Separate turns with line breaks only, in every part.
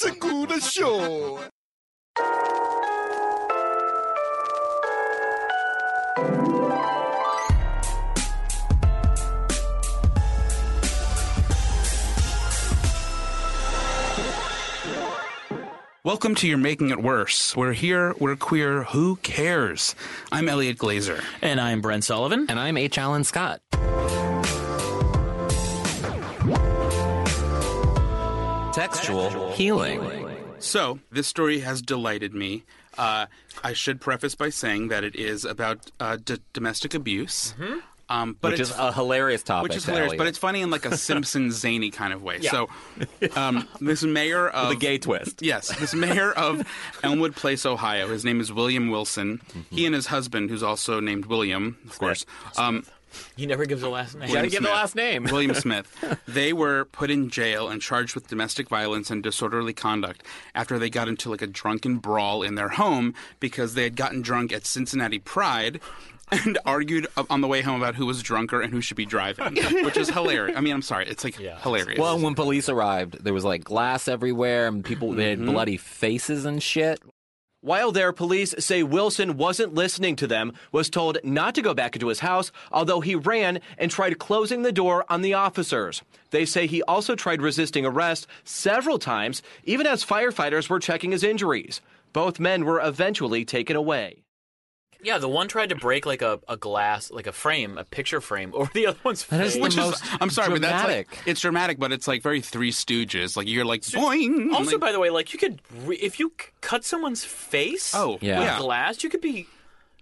Segura Show.
Welcome to Your Making It Worse. We're here, we're queer, who cares? I'm Elliot Glazer.
And I'm Brent Sullivan.
And I'm H. Allen Scott. Textual healing.
So, this story has delighted me. Uh, I should preface by saying that it is about uh, d- domestic abuse. Um, but
Mm-hmm. Which
it's
is a hilarious topic.
which is hilarious,
Elliot.
but it's funny in like a Simpson zany kind of way. So, um, this mayor of
the gay twist.
Yes, this mayor of Elmwood Place, Ohio. His name is William Wilson.
Mm-hmm.
He and his husband, who's also named William, of course, um,
He never gives a last name.
Gotta
William
give the
Smith.
last name.
William Smith. They were put in jail and charged with domestic violence and disorderly conduct after they got into like a drunken brawl in their home because they had gotten drunk at Cincinnati Pride. And argued up on the way home about who was drunker and who should be driving, which is hilarious. I mean, I'm sorry, it's like hilarious.
Well, when police arrived, there was like glass everywhere and people they
Mm-hmm.
had bloody faces and shit.
While there, police say Wilson wasn't listening to them, was told not to go back into his house, although he ran and tried closing the door on the officers. They say he also tried resisting arrest several times, even as firefighters were checking his injuries. Both men were eventually taken away.
Yeah, the one tried to break like a, a glass, like a frame, a picture frame, over the other one's
That
face.
is the
which is
most
I'm sorry,
dramatic.
but that's like it's dramatic, but it's like very Three Stooges. Like you're like boing.
also,
like,
by the way, like you could, re- if you c- cut someone's face
oh
Yeah.
with
yeah.
glass, you could be,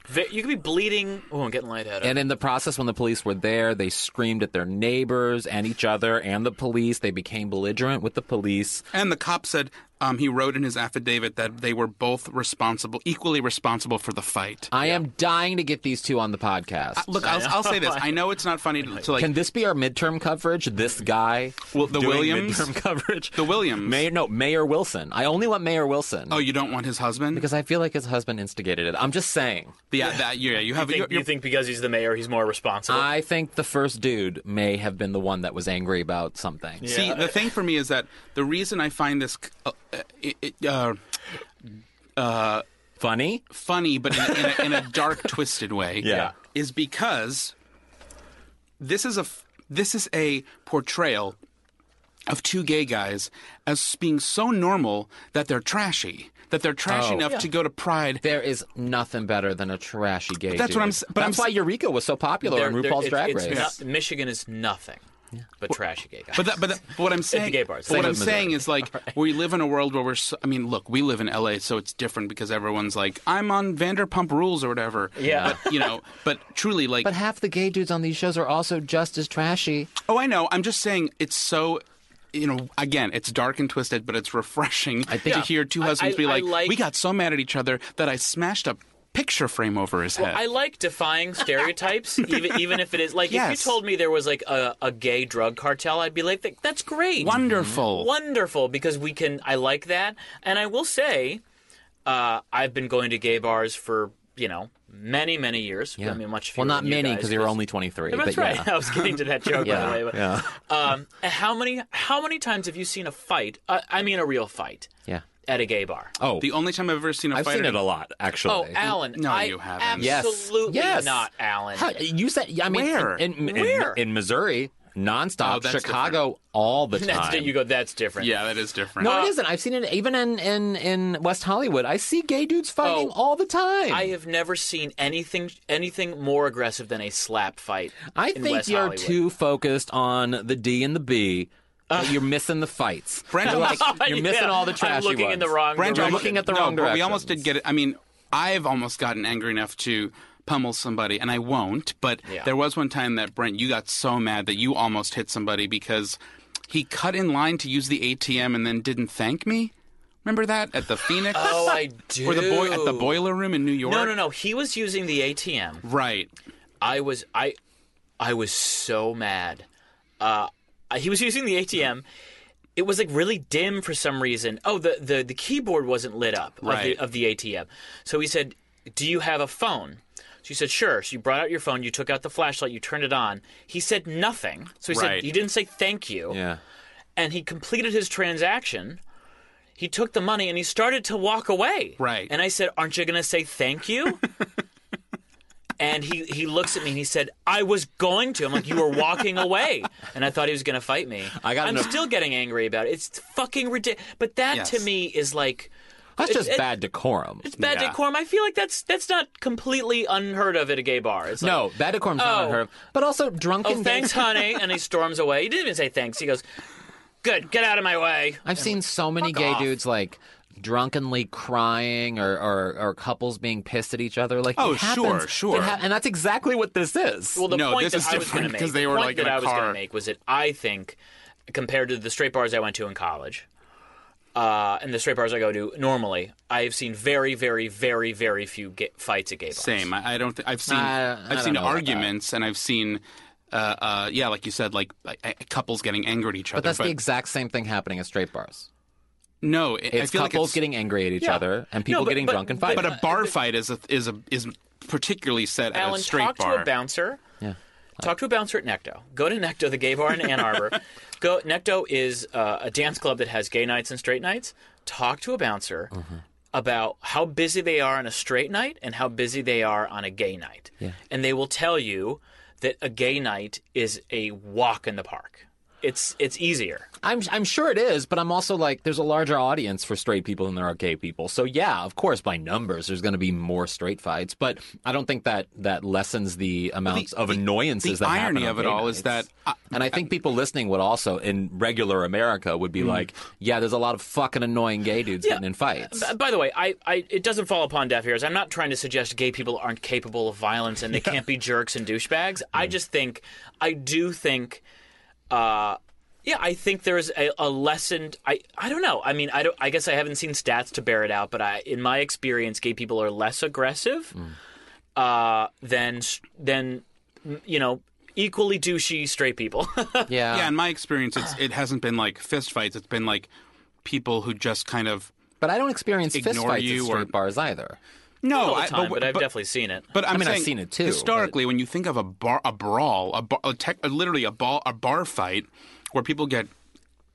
ve- you could be bleeding. Oh, I'm getting lightheaded.
And in the process, when the police were there, they screamed at their neighbors and each other and the police. They became belligerent with the police.
And the cop said um, he wrote in his affidavit that they were both responsible, equally responsible for the fight.
I am dying to get these two on the podcast.
Look, I'll, I'll say this. I know it's not funny to, to like
Can this be our midterm coverage? This guy,
Well, the
doing
Williams?
midterm coverage,
the Williams.
Mayor, no, Mayor Wilson. I only want Mayor Wilson
Oh, you don't want his husband?
because I feel like his husband instigated it. I'm just saying.
yeah, that yeah, you have.
you, think,
you're-
you think because he's the mayor, he's more responsible?
I think the first dude may have been the one that was angry about something.
See, the thing for me is that the reason I find this uh, uh, it- uh,
Funny?
funny, but in a, in, a, in a dark, twisted way,
Yeah.
is because this is a f- this is a portrayal of two gay guys as being so normal that they're trashy, that they're trash
Oh.
enough to go to Pride.
There is nothing better than a trashy gay.
that's
dude.
what I'm s- but
that's
I'm
why
s-
Eureka was so popular
They're-
on
they're-
RuPaul's
it's-
Drag
it's
Race.
not- Michigan is nothing but trashy gay guys.
But that, but, that, but what I'm saying,
gay bars.
but what
Same
I'm
with
saying is like we live in a world where we're. So, I mean, look, we live in LA, so it's different because everyone's like, I'm on Vanderpump Rules or whatever.
Yeah.
but, you know. But truly, like,
But half the gay dudes on these shows are also just as trashy.
oh, I know. I'm just saying, it's so. You know, again, it's dark and twisted, but it's refreshing I
think-
to
Yeah.
hear two
I-
husbands
I-
be
I
like,
like-
"We got so mad at each other that I smashed a picture frame over his head."
I like defying stereotypes, even even if it is like if you
Yes.
told me there was like a, a gay drug cartel, I'd be like, that's great, Mm-hmm.
Wonderful.
wonderful, because we can. I like that, and I will say, uh, I've been going to gay bars for you know many many years. I mean, much fewer
well, not
than you
many
guys,
because you're only 23.
That's
but
right.
Yeah.
I was getting to that joke by
Yeah,
the way. But,
yeah.
um, how many how many times have you seen a fight? Uh, I mean, a real fight
Yeah.
at a gay bar.
Oh,
the only time I've ever seen a
I've
fight
seen
at
it a lot actually.
Oh, Alan.
No,
I
you haven't.
Yes.
Absolutely
Yes.
not, Alan.
How- you said I mean
Where?
in in, in,
Where?
in Missouri
Oh,
nonstop,
that's
Chicago all the time.
That's di- you go. That's different. Uh,
Yeah, that is different.
no, it isn't. I've seen it even in, in, in West Hollywood. I see gay dudes fighting
Oh,
all the time.
I have never seen anything anything more aggressive than a slap fight.
I
in
think
West
you're
Hollywood.
too focused on the D and the B.
Uh,
that you're missing the fights.
Brent
You're,
almost-
you're missing
Yeah,
all the trashy
I'm looking in the
ones.
wrong.
Brent,
you're
almost-
direction.
looking at the
no,
wrong
but we almost
directions.
did get it. I mean, I've almost gotten angry enough to pummel somebody, and I won't. But
Yeah.
there was one time that Brent, you got so mad that you almost hit somebody because he cut in line to use the ATM and then didn't thank me. Remember that at the Phoenix?
Oh, I do.
Or the boy at the boiler room in New York?
No, no, no. He was using the ATM.
Right.
I was I, I was so mad. Uh, I- he was using the ATM. It was like really dim for some reason. Oh, the the, the keyboard wasn't lit up
Right.
of, the, of the ATM. So he said, "Do you have a phone?" She said, "Sure." So you brought out your phone. You took out the flashlight. You turned it on. He said nothing. So he
Right.
said he didn't say thank you.
Yeah.
And he completed his transaction. He took the money and he started to walk away.
Right.
And I said, Aren't you going to say thank you? and he, he looks at me and he said, I was going to. I'm like, You were walking away. And I thought he was going to fight me.
I gotta
I'm
know-
still getting angry about it. It's fucking ridiculous. But that to
Yes.
me is like.
That's
it-
just
it-
bad decorum.
It's bad
Yeah.
decorum. I feel like that's that's not completely unheard of at a gay bar. It's like,
No, bad decorum's not
Oh.
unheard of. But also drunken
Oh, thanks,
gay-
honey. And he storms away. He didn't even say thanks. He goes, Good, get out of my way.
I've seen so many gay
off.
dudes like drunkenly crying or, or, or couples being pissed at each other. Like,
Oh,
it happens.
sure, sure.
It and that's exactly what this is.
Well, the
No,
point
this
that
is
I was going
different
to make
'cause they were,
the point
like, in
that
a
I was
car.
to make was that I think compared to the straight bars I went to in college. Uh, and the straight bars I go to normally, I have seen very, very, very, very few ga fights at gay bars.
Same. I, I don't. Th- I've seen.
I- I
I've
don't
seen
know about
arguments, and I've seen. Uh, uh, yeah, like you said, like uh, uh, couples getting angry at each other.
but that's the exact same thing happening at straight bars.
no. It, I
It's
feel
couples
like it's,
getting angry at each
Yeah.
other and
No,
people
but-
getting
but-
drunk and
but-
fighting.
But a bar fight is a, is a is particularly set at
Alan,
a straight
talk
bar.
to a bouncer.
yeah.
Talk to a bouncer at Necto. Go to Necto, the gay bar in Ann Arbor. Go. Necto is uh, a dance club that has gay nights and straight nights. Talk to a bouncer about how busy they are on a straight night and how busy they are on a gay night, and they will tell you that a gay night is a walk in the park. It's it's easier.
I'm I'm sure it is, but I'm also like, there's a larger audience for straight people than there are gay people. So yeah, of course, by numbers, there's going to be more straight fights. But I don't think that that lessens the amounts of annoyances.
the
that happen
irony
on
of it
gay
all is
nights.
that uh, I-
and I think people listening would also in regular America would be
Mm.
like, yeah, there's a lot of fucking annoying gay dudes getting in fights.
Uh, By the way, I, I it doesn't fall upon deaf ears. I'm not trying to suggest gay people aren't capable of violence and they can't be jerks and douchebags. I just think, I do think, uh, yeah, I think there's a, a lesson. I I don't know. I mean, I don't. I guess I haven't seen stats to bear it out, but I, in my experience, gay people are less aggressive uh, than s- than you know equally douchey straight people.
yeah.
yeah, in my experience, it's, it hasn't been like fist fights. It's been like people who just kind of
but I don't experience
Ignore
fistfights at
you
straight
or-
bars either.
no.
all the
I-
time, but, I've
but-
definitely seen it.
But I'm
I mean, I've
saying
seen it too,
Historically, when you think of a bar, a brawl, a, bar, a tech, literally a ball, a bar fight, where people get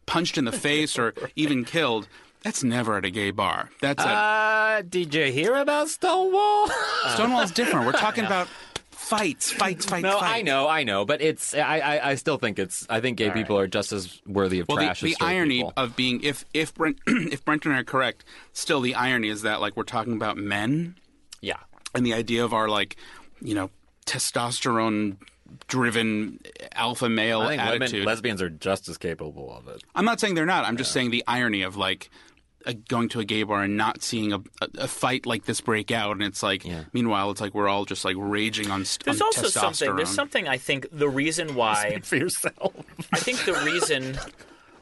punched in the face or even killed, that's never at a gay bar. That's at,
Uh, did you hear about Stonewall?
Uh.
Stonewall's different. We're talking about fights, fights, fights.
No,
fights.
I know, I know, but it's I, I, I still think it's I think gay people are just as worthy of
Well,
trash
the,
as
the
straight
irony
people.
of being if if Brent if Brent and I are correct, still the irony is that like we're talking about men
yeah,
and the idea of our like you know testosterone driven alpha male
I think
attitude.
women, lesbians are just as capable of it.
I'm not saying they're not. I'm just saying the irony of like uh going to a gay bar and not seeing a, a, a fight like this break out, and it's like meanwhile it's like we're all just like raging on, st-
there's
on
also
testosterone.
something. There's something I think the reason why.
For yourself,
I think the reason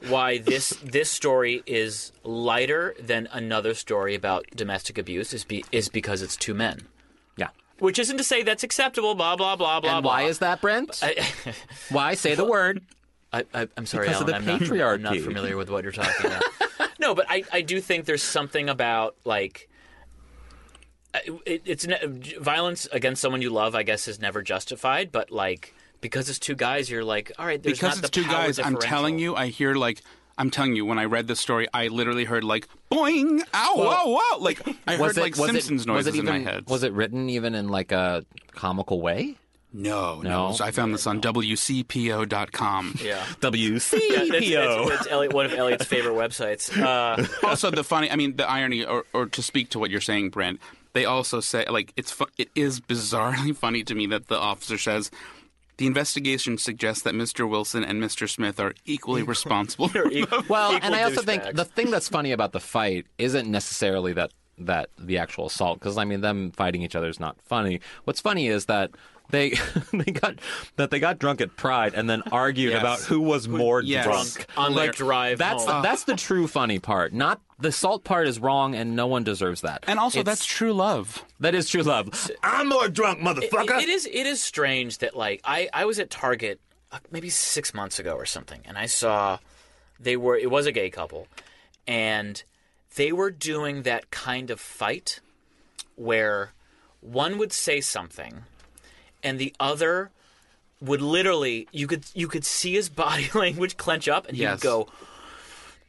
why this this story is lighter than another story about domestic abuse is be, is because it's two men.
yeah.
Which isn't to say that's acceptable. Blah blah blah blah.
And why
blah.
is that, Brent? why say the word?
I, I, I'm sorry,
Because of
Alan.
the
I'm, not, I'm not
patriarchy.
familiar with what you're talking about. no, but I, I do think there's something about like it, it's ne- violence against someone you love. I guess is never justified, but like because it's two guys, you're like, all right, there's
because
not
it's
the
two
power
guys. I'm telling
differential.
you, I hear like. I'm telling you, when I read this story, I literally heard like boing, ow, wow, wow, like I heard like Simpsons noises
even,
in my head.
Was it written even in like a comical way?
No, no.
No?
So I found this on WCPO.com.
Yeah.
WCPO.
That's, it's, it's Elliot, one of Elliot's favorite websites. Uh,
also, the funny, I mean, the irony, or, or to speak to what you're saying, Brent, they also say, like, it's fu- it is bizarrely funny to me that the officer says, the investigation suggests that Mr. Wilson and Mr. Smith are equally responsible.
Well, and I also
douchebags.
think the thing that's funny about the fight isn't necessarily that that the actual assault because I mean them fighting each other is not funny. What's funny is that they they got that they got drunk at Pride and then argued
Yes.
about who was more
yes.
drunk.
on the
Like,
drive
That's
home.
the, that's the true funny part. Not the assault part is wrong and no one deserves that.
and also,
It's-
that's true love.
that is true love. I'm more drunk, motherfucker.
It- it is it is strange that like I I was at Target uh, maybe six months ago or something, and I saw they were it was a gay couple, and they were doing that kind of fight where one would say something, and the other would literally you could you could see his body language clench up, and
Yes.
he'd go,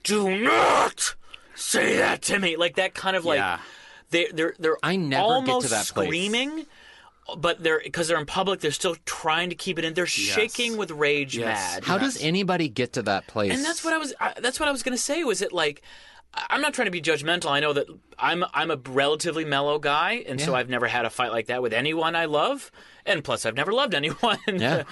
"Do not." say that to me, like that kind of like
Yeah.
they they're they're
I never get to
almost
that place.
screaming, but they're because they're in public, they're still trying to keep it in. They're shaking with rage, mad.
How does anybody get to that place?
And that's what I was. I, that's what I was going to say. Was it like? I- I'm not trying to be judgmental. I know that I'm I'm a relatively mellow guy, and so
Yeah.
I've never had a fight like that with anyone I love, and plus I've never loved anyone,
Yeah.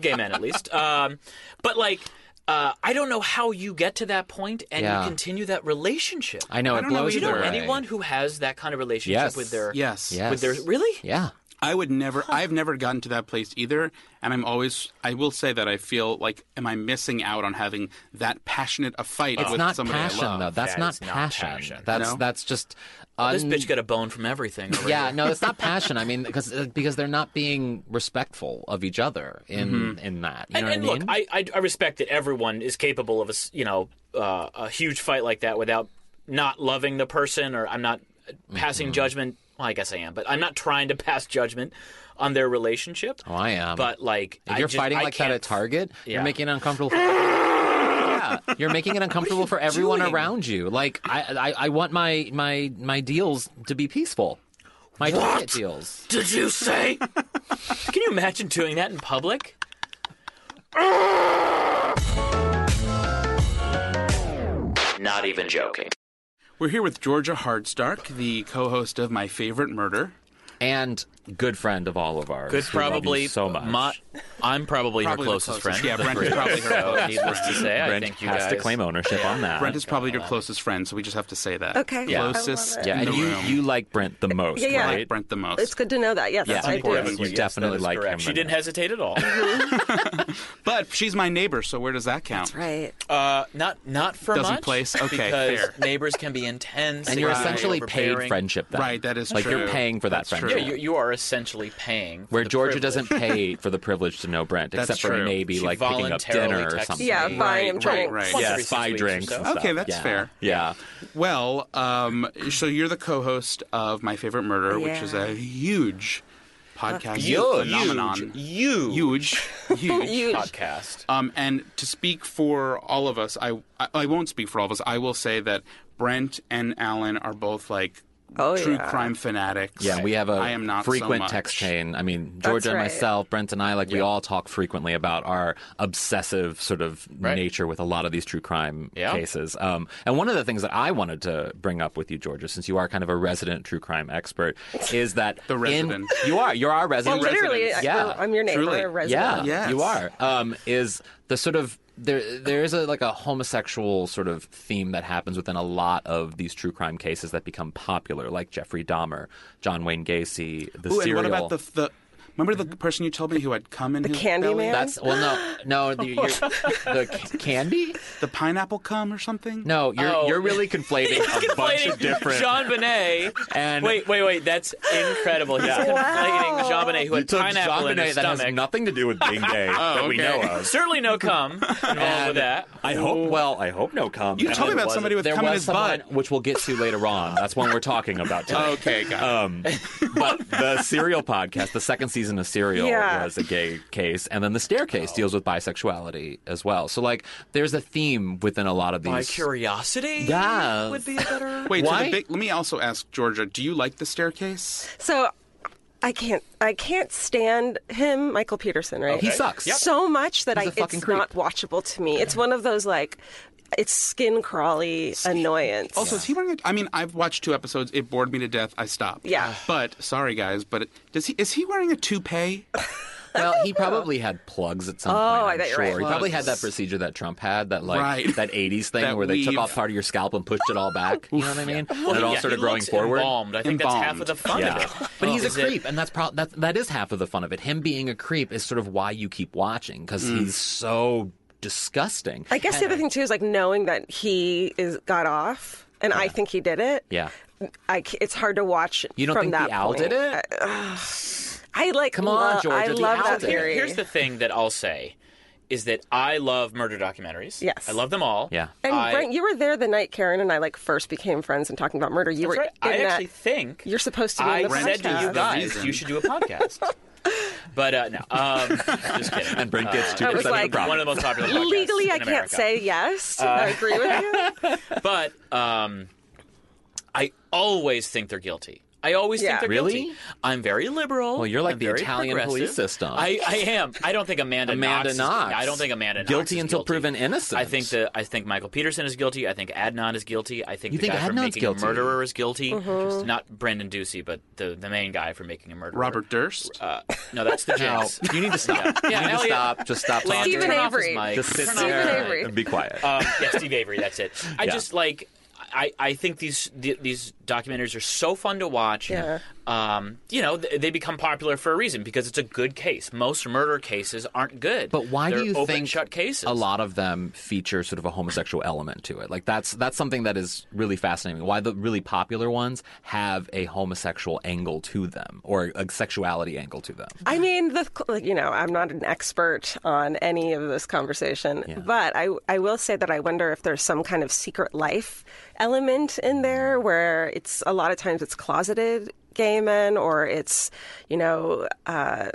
gay men at least. Um, but like, uh, I don't know how you get to that point and
Yeah.
you continue that relationship.
I know.
I
it
don't know
blows
Do you know
either.
their
anyone who has that kind of relationship
Yes.
with their
Yes.
Yes.
with their really?
Yeah.
I would never. I've never gotten to that place either, and I'm always. I will say that I feel like, am I missing out on having that passionate a fight
It's
with
not
somebody I
passion
love?
though. That's
That
not
is not
passion.
passion.
That's
No?
that's just
Oh, This
un-
bitch got a bone from everything. Over
yeah,
here.
no, it's not passion. I mean, because because they're not being respectful of each other in in that. You
Mm-hmm. and,
know
and
what I
look,
mean?
I, I I respect that everyone is capable of a s- you know uh, a huge fight like that without not loving the person or I'm not passing
Mm-hmm.
judgment. Well, I guess I am, but I'm not trying to pass judgment on their relationship.
oh, I am.
But like,
if
I
you're
just-
fighting
I
like that
can't-
at Target,
Yeah.
you're making it uncomfortable. For- yeah, you're making it uncomfortable for everyone around you. Like I, I, I want my my my deals to be peaceful. My Target deals.
Did you say? Can you imagine doing that in public? Not even joking.
We're here with Georgia Hardstark, the co-host of My Favorite Murder.
and good friend of all of ours.
Good,
We love you
probably
so much.
my- I'm
Probably
probably, her
the
closest,
closest.
friend.
Yeah,
of the
Brent is
three of
probably
us,
her
so
closest
Needless to say, I
Brent
think you
has
guys
to claim ownership on that.
Brent is probably your closest friend, so we just have to say that.
Okay. Yeah. I love
Closest.
it.
in
yeah, and
the
you
room.
you like Brent the most,
Yeah, yeah.
I
right?
like Brent the most.
It's good to know that. Yes,
Yeah.
I do.
important.
You
Yes,
definitely
that is
like
correct.
him.
She didn't hesitate at all.
But she's my neighbor, so where does that count?
Right.
uh, not not for
Doesn't
much.
place? Okay,
because
fair.
neighbors can be intense,
and you're
they can be
essentially paid
overbearing.
friendship. Then.
Right, that is
like you're
true.
paying for that
That's
friendship.
true.
Yeah, you, you are essentially paying. For
where
the
Georgia
privilege.
doesn't pay for the privilege to know Brent,
That's
except for
true.
maybe
She
like picking up
voluntarily
dinner or
texts
something.
me
Yeah, buying him
right,
drinks.
right.
Once
Yes,
every six
buy
weeks or
drinks.
so.
and stuff.
Okay, that's
Yeah.
fair.
Yeah.
Well, um, so you're the co-host of My Favorite Murder, which is
Yeah.
a huge podcast
Huge,
phenomenon.
huge,
Huge, huge.
Huge.
podcast.
Um, and to speak for all of us, I, I I won't speak for all of us. I will say that Brent and Alan are both like
Oh,
true
yeah.
crime fanatics.
Yeah, we have a
I am not so
frequent
much.
text chain. I mean, Georgia,
right.
myself, Brent, and I, like, we all talk frequently about our obsessive sort of
Right.
nature with a lot of these true crime
Yeah.
cases. Um, and one of the things that I wanted to bring up with you, Georgia, since you are kind of a resident true crime expert, is that
The
in-
resident.
you are you're our resident.
Literally, I,
yeah.
I'm your neighbor,
Truly.
a resident.
Yeah,
Yes.
you are. Um, is the sort of there there is a like a homosexual sort of theme that happens within a lot of these true crime cases that become popular, like Jeffrey Dahmer, John Wayne Gacy, the
Ooh, and
serial.
what about the the? Remember the person you told me who had cum in his
Candy
belly?
man?
that's well, no, no, you- you're, the ca- candy.
the pineapple cum or something?
No, you're
Oh.
you're really conflating a bunch of different.
John Bonet
And-
wait, wait, wait. That's incredible. He's conflating John Bonet, who
you
had
took
pineapple
John
in his
Bonet that
stomach. Oh,
has nothing to do with being gay that
okay.
we know of.
Certainly no cum involved with that.
I hope. Well, I hope no comment.
You told me
And it
about
wasn't-
somebody with
there
cum in
was
his
someone,
butt.
which we'll get to later on. That's one we're talking about today.
Okay, got it.
Um, but the Serial podcast, the second season of Serial
Yeah.
was a gay case, and then the Staircase deals with bisexuality as well. So like, there's a theme within a lot of these.
My curiosity
Yes.
would be a better.
Wait, so
Why-
the big, let me also ask Georgia, do you like the staircase?
So I can't I can't stand him, Michael Peterson, right?
He sucks.
So much that
He's
I
a fucking
it's
creep.
not watchable to me. It's one of those like it's skin crawly annoyance.
Also, is he wearing? A, I mean, I've watched two episodes. It bored me to death. I stopped.
Yeah.
But sorry, guys. But it, does he? Is he wearing a toupee?
Well, he probably had plugs at some
Oh,
point.
I
I'm
bet you're
sure.
right.
He probably had that procedure that Trump had, that like
Right.
that '80s thing
That
where they took
weave.
off part of your scalp and pushed it all back. You know what I mean? and it all
Yeah,
started
he
growing
looks
forward.
Embalmed. I think that's half
Embalmed.
of the fun
Yeah,
of it.
but he's a
Is it-
creep, and that's pro- that that is half of the fun of it. Him being a creep is sort of why you keep watching because he's so disgusting.
I guess the other thing too is like knowing that he is got off and I think he did it.
yeah,
I c it's hard to watch
you don't
from
think
that
the owl
point.
did it?
I like
Come on,
lo- I
Georgia, the
love
owl
that
did it.
theory.
Here's the thing that I'll say is that I love murder documentaries.
Yes.
I love them all.
Yeah.
and
I-
Brent, you were there the night Karen and I like first became friends and talking about murder.
That's
You were
right.
in
I
that
actually think
you're supposed to be
I
in the
said to
podcast.
you
The
guys,
reason.
you should do a podcast. But uh, no, um, just kidding.
And Brent gets two
Uh, I was
percent of
like,
the profit.
one of the most popular. podcasts
Legally,
in
I can't
America. Uh,
say yes. I agree with you.
but um, I always think they're guilty. I always
Yeah.
think they're
Really?
guilty. I'm very liberal.
Well, you're like
I'm
the
very
Italian
progressive.
police system.
I, I am. I don't think Amanda
Amanda
Knox.
Knox.
Is, I don't think Amanda Knox
Guilty
is
until proven innocent.
I think that I think Michael Peterson is guilty. I think Adnan is guilty. I think
You
the
think
guy for
Adnan's
making
guilty?
a murderer is guilty.
Mm-hmm.
Not Brendan Ducey, but the the main guy for making a murderer.
Robert Durst.
Uh, no, that's the
No,
jinx.
you need to stop.
Yeah,
you need
Elliot.
to stop. Just stop
Landry,
talking.
Stephen
turn off his
Avery.
mic.
Just sit
Turn off
Stephen
there
his
Avery.
mic.
and be quiet.
Um, yeah, Steve Avery. That's it. I
Yeah.
just like. I, I think these the, these documentaries are so fun to watch.
Yeah.
Um, you know, th- they become popular for a reason because it's a good case. Most murder cases aren't good.
But why
They're
do you
open,
think
shut cases?
a lot of them feature sort of a homosexual element to it? Like that's that's something that is really fascinating. Why the really popular ones have a homosexual angle to them or a sexuality angle to them?
I mean, the like, you know, I'm not an expert on any of this conversation, but I I will say that I wonder if there's some kind of secret life element in there where it's a lot of times it's closeted gay men or it's you know. Uh,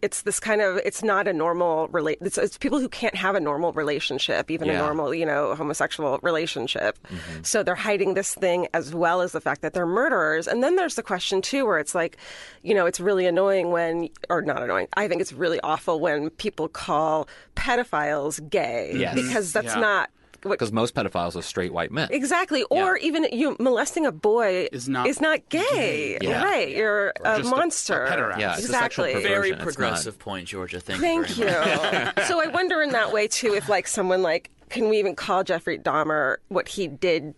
it's this kind of it's not a normal relate it's, it's people who can't have a normal relationship even
Yeah. Mm-hmm.
a normal you know homosexual relationship so they're hiding this thing as well as the fact that they're murderers and then there's the question too where it's like you know it's really annoying when or not annoying i think it's really awful when people call pedophiles gay
Yes.
because that's
Yeah.
not what
Because most pedophiles are straight white men.
Exactly, or even you molesting a boy
Is not
is not gay,
Yeah.
right? You're a
Just a- a
monster.
pederast.
Yeah, it's a sexual
exactly.
perver-
very
version. It's
progressive point, Georgia. Thank,
Thank
you.
you.
very much.
so I wonder in that way too, if like someone like, can we even call Jeffrey Dahmer what he did,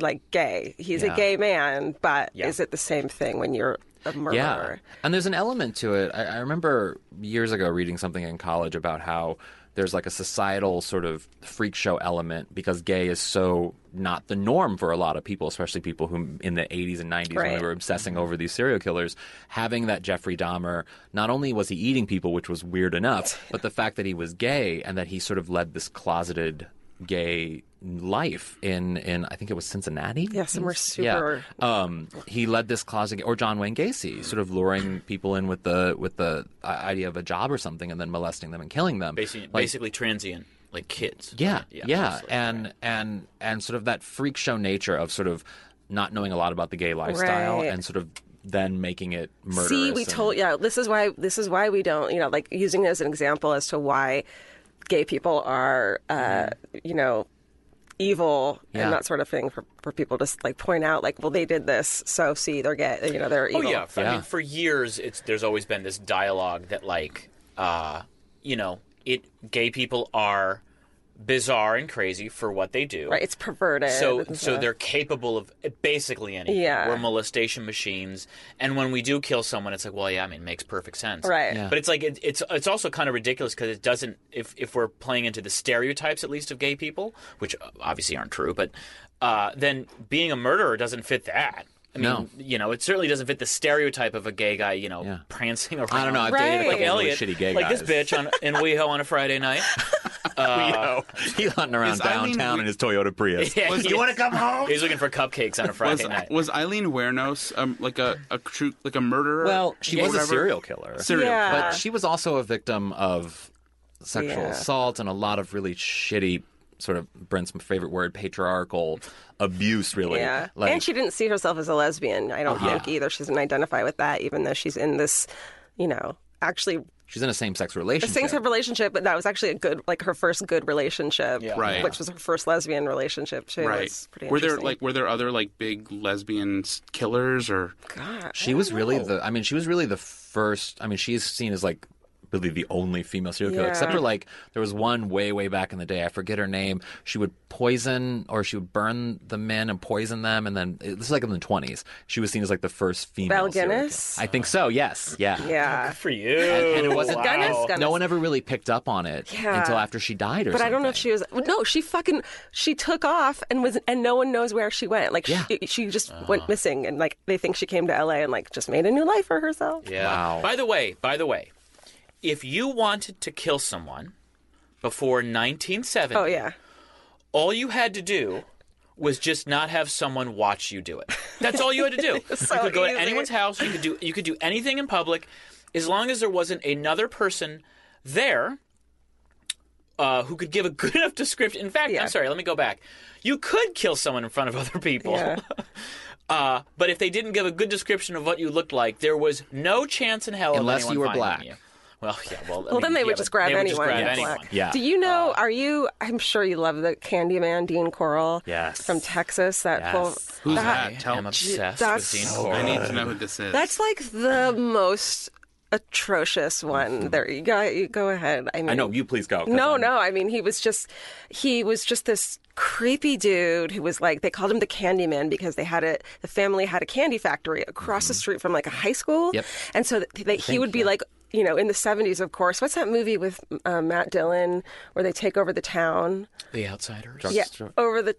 like gay? He's
Yeah.
a gay man, but
Yeah.
is it the same thing when you're a
Yeah,
murderer?
and there's an element to it. I, I remember years ago reading something in college about how there's like a societal sort of freak show element because gay is so not the norm for a lot of people, especially people who in the 80s and 90s when
Right.
they were obsessing over these serial killers. Having that Jeffrey Dahmer, not only was he eating people, which was weird enough, but the fact that he was gay and that he sort of led this closeted gay life in in I think it was Cincinnati.
Yes, and we're super-
Um, he led this closet, or John Wayne Gacy, sort of luring people in with the with the uh, idea of a job or something, and then molesting them and killing them.
Basically,
Like,
basically transient, like kids.
yeah,
right?
yeah,
mostly,
and
right.
and and sort of that freak show nature of sort of not knowing a lot about the gay lifestyle
Right.
and sort of then making it murderous.
See, we
and-
told yeah. This is why this is why we don't you know like using it as an example as to why gay people are uh, you know evil
Mm-hmm. Yeah.
and that sort of thing for, for people to s- like point out like well they did this so see they're gay you know they're
Oh
evil.
yeah, for, I
Yeah.
mean, for years, it's there's always been this dialogue that like, uh, you know, it gay people are bizarre and crazy for what they do.
Right, it's perverted.
So,
and
so
stuff.
they're capable of eh, basically anything.
Yeah.
We're molestation machines, and when we do kill someone, it's like, well, yeah, I mean, it makes perfect sense,
Right. Yeah.
But it's like it, it's it's also kind of ridiculous because it doesn't. If if we're playing into the stereotypes at least of gay people, which uh, obviously aren't true, but uh, then being a murderer doesn't fit that. I mean,
No.
you know, it certainly doesn't fit the stereotype of a gay guy, you know,
Yeah.
prancing around.
I don't know. I've dated a
Right.
couple
like Elliot,
really shitty gay
like
guys.
this bitch on, in WeHo on a Friday night.
He hunting around
Is Eileen
downtown
Wi-
in his Toyota Prius.
Yeah, he-
to come home?
He's looking for cupcakes on a Friday
was,
night.
was Eileen Wernos um, like a, a true like a murderer?
Well, she
or
was a
whatever?
serial killer.
Serial.
Yeah.
But she was also a victim of sexual
Uh-huh. Yeah.
assault and a lot of really shitty, sort of Brent's favorite word, patriarchal abuse. Really,
yeah.
Like,
and she didn't see herself as a lesbian. I don't think either. She doesn't identify with that, even though she's in this, you know, actually
she's in a same-sex relationship.
same type of relationship. But that was actually a good, like her first good relationship,
Right.
Which was her first lesbian relationship too.
Right.
It's pretty
Were there
interesting.
like were there other like big lesbian s- killers or
God,
she was
Oh.
really the. I mean, she was really the first. I mean, she's seen as like really the only female serial killer,
Yeah.
except for like there was one way way back in the day. I forget her name. She would poison or she would burn the men and poison them, and then this is like in the twenties. She was seen as like the first female.
Val
serial killer.
Guinness?
I think so. Yes. Yeah.
yeah.
for you.
and it wasn't
Gunness, Gunness.
No one ever really picked up on it
Yeah.
until after she died, or
But I don't know if
something.
she was. No, she fucking she took off and was, and no one knows where she went. Like
Yeah.
she, she just went missing, and like they think she came to L.A. and like just made a new life for herself.
Yeah.
Wow.
By the way, by the way, if you wanted to kill someone before 1970,
Oh yeah.
all you had to do was just not have someone watch you do it. That's all you had to do.
so
you could go
easy.
to anyone's house. You could do you could do anything in public. as long as there wasn't another person there uh, who could give a good enough description. In fact,
Yeah.
I'm sorry, let me go back. You could kill someone in front of other people.
Yeah.
uh, but if they didn't give a good description of what you looked like, there was no chance in hell of
Unless
anyone
you were
finding
black.
you. Well, yeah, well, I
Well,
mean,
then they
yeah,
would
but
just grab
they would
anyone.
grab
in
Yes.
anyone. Uh,
black.
Yeah.
Do you know? are you? I'm sure you love the Candyman, Dean Corll.
Yes.
From Texas. That full.
Who's
that-
that? Tell
I'm obsessed
that's-
with Dean
Oh,
I
Corll.
need to
Uh,
know who this is.
That's like the most atrocious one. There, you go. You go ahead. I mean,
I know you. Please go. 'cause
No,
I'm-
no. I mean, he was just he was just this creepy dude who was like they called him the Candyman because they had a the family had a candy factory across the street from like a high school,
Mm-hmm. Yep.
and so th- that he would be like. You know, in the 70s, of course. What's that movie with uh, Matt Dillon where they take over the town?
The Outsiders.
Yeah,
Sure.
over the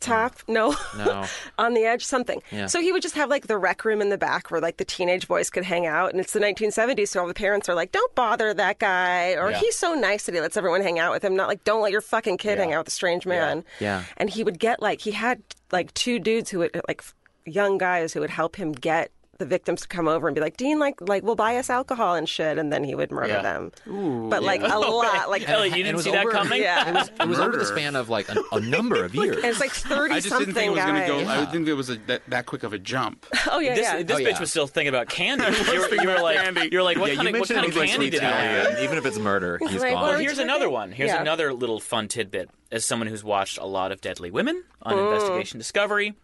top. No,
No.
on the edge, something.
Yeah.
So he would just have like the rec room in the back where like the teenage boys could hang out, and it's the 1970s, so all the parents are like, "Don't bother that guy," or
Yeah.
"He's so nice that he lets everyone hang out with him." Not like, "Don't let your fucking kid hang out with a strange man."
Yeah.
And he would get like he had like two dudes who would like young guys who would help him get. The victims to come over and be like, Dean, like, like, will buy us alcohol and shit, and then he would murder
Yeah.
them. but like a lot, like,
Ellie, you
And it
didn't
was
see that
over-
coming?
yeah,
It was, it was over the
Murder.
span of like a, a number of years.
And it's like thirty
I just
something
didn't think it was
guys.
going to go. I didn't think it was a, that, that quick of a jump.
Oh yeah,
This,
yeah.
this
Oh,
bitch
yeah.
was still thinking about candy. you were, you were like, you're like, what
yeah,
kind
you
of, what
mentioned
kind of
it was
candy
like
did he have?
Italian. Oh, Even if it's murder, he's
like,
gone.
what
Well,
Or
here's
just
another
thinking-
one. Here's
Yeah.
another little fun tidbit. As someone who's watched a lot of Deadly Women on
Mm-hmm.
Investigation Discovery,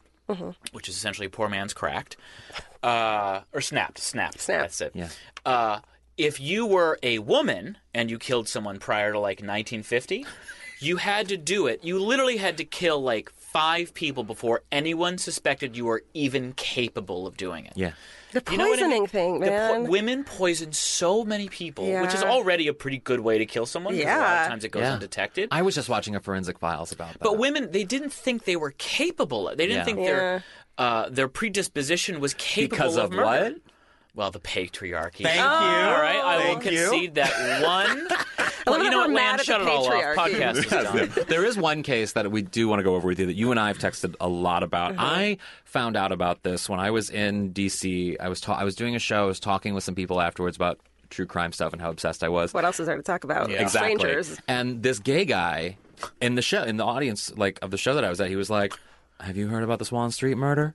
which is essentially poor man's cracked, uh, or snapped, snapped,
Snapped.
That's it.
Yeah.
Uh, if you were a woman and you killed someone prior to like 1950, you had to do it. You literally had to kill like five people before anyone suspected you were even capable of doing it.
Yeah.
The
You know what I
poisoning
mean?
thing,
The po-
man.
women poison so many people, which is
Yeah.
already a pretty good way to kill someone. 'cause A lot
Yeah.
of times it goes
Yeah.
undetected.
I was just watching a forensic files about that.
but women, they didn't think they were capable. Of, they didn't
Yeah.
think their uh, their predisposition was capable
because of
murder.
what?
Well, the patriarchy.
Thank you.
Oh.
All right, I will
Thank you.
concede that one.
love
well, you
how
know what, Lan,
we're mad at
shut
the
it all off.
patriarchy.
Podcast is done.
Um, there is one case that we do want to go over with you that you and I have texted a lot
Mm-hmm.
about. I found out about this when I was in DC. I was ta- I was doing a show. I was talking with some people afterwards about true crime stuff and how obsessed I was.
What else is there to talk about?
exactly.
Strangers.
And this gay guy in the show, in the audience, like of the show that I was at, he was like, "Have you heard about the Swan Street murder?"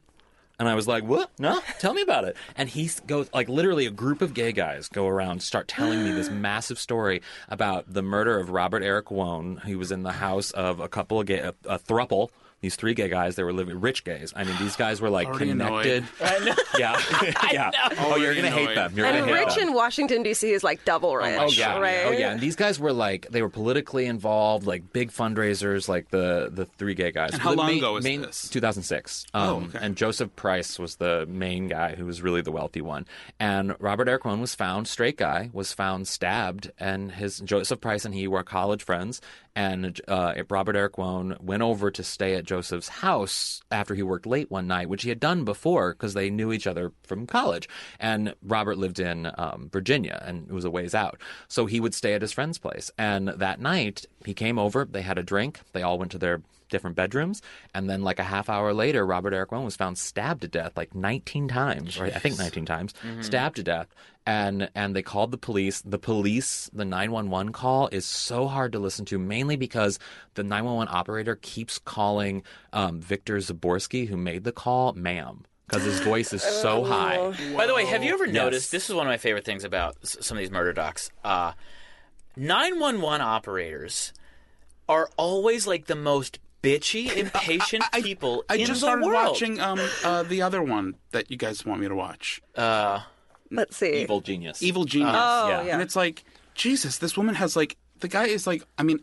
And I was like, "What? No, tell me about it." And he s- goes like, literally, a group of gay guys go around start telling me this massive story about the murder of Robert Eric Wone. He was in the house of a couple of gay, a, a thruple. These three gay guys, they were living rich gays. I mean, these guys were like
Already
connected. Yeah, yeah. Oh, you're gonna hate
annoyed.
them. You're
And
gonna hate
rich
them.
in Washington D.C. is like double rich,
Oh yeah,
right?
oh yeah. And these guys were like they were politically involved, like big fundraisers, like the the three gay guys.
And how
The
long
main-
ago was
main-
this? Oh,
2006. Um, And Joseph Price was the main guy who was really the wealthy one. And Robert Eric Wone was found straight guy was found stabbed, and his Joseph Price and he were college friends. And uh, Robert Eric Wone went over to stay at Joseph's house after he worked late one night, which he had done before because they knew each other from college. And Robert lived in um, Virginia and it was a ways out. So he would stay at his friend's place. And that night, he came over, they had a drink, they all went to their different bedrooms. And then, like a half hour later, Robert Eric Rowan was found stabbed to death like 19 times, or I think 19 times, stabbed to death. And and they called the police. The police, the 911 call is so hard to listen to, mainly because the 911 operator keeps calling um, Victor Zaborski, who made the call, ma'am, because his voice is so high.
By the way, have you ever noticed? This is one of my favorite things about s- some of these murder docs. Uh, 911 operators are always like the most bitchy, impatient people
I
in
just
the
started
world.
watching um, uh, the other one that you guys want me to watch,
Let's see.
Evil genius.
Evil Genius.
Oh, yeah.
And it's like, Jesus, this woman has like the guy is like. I mean,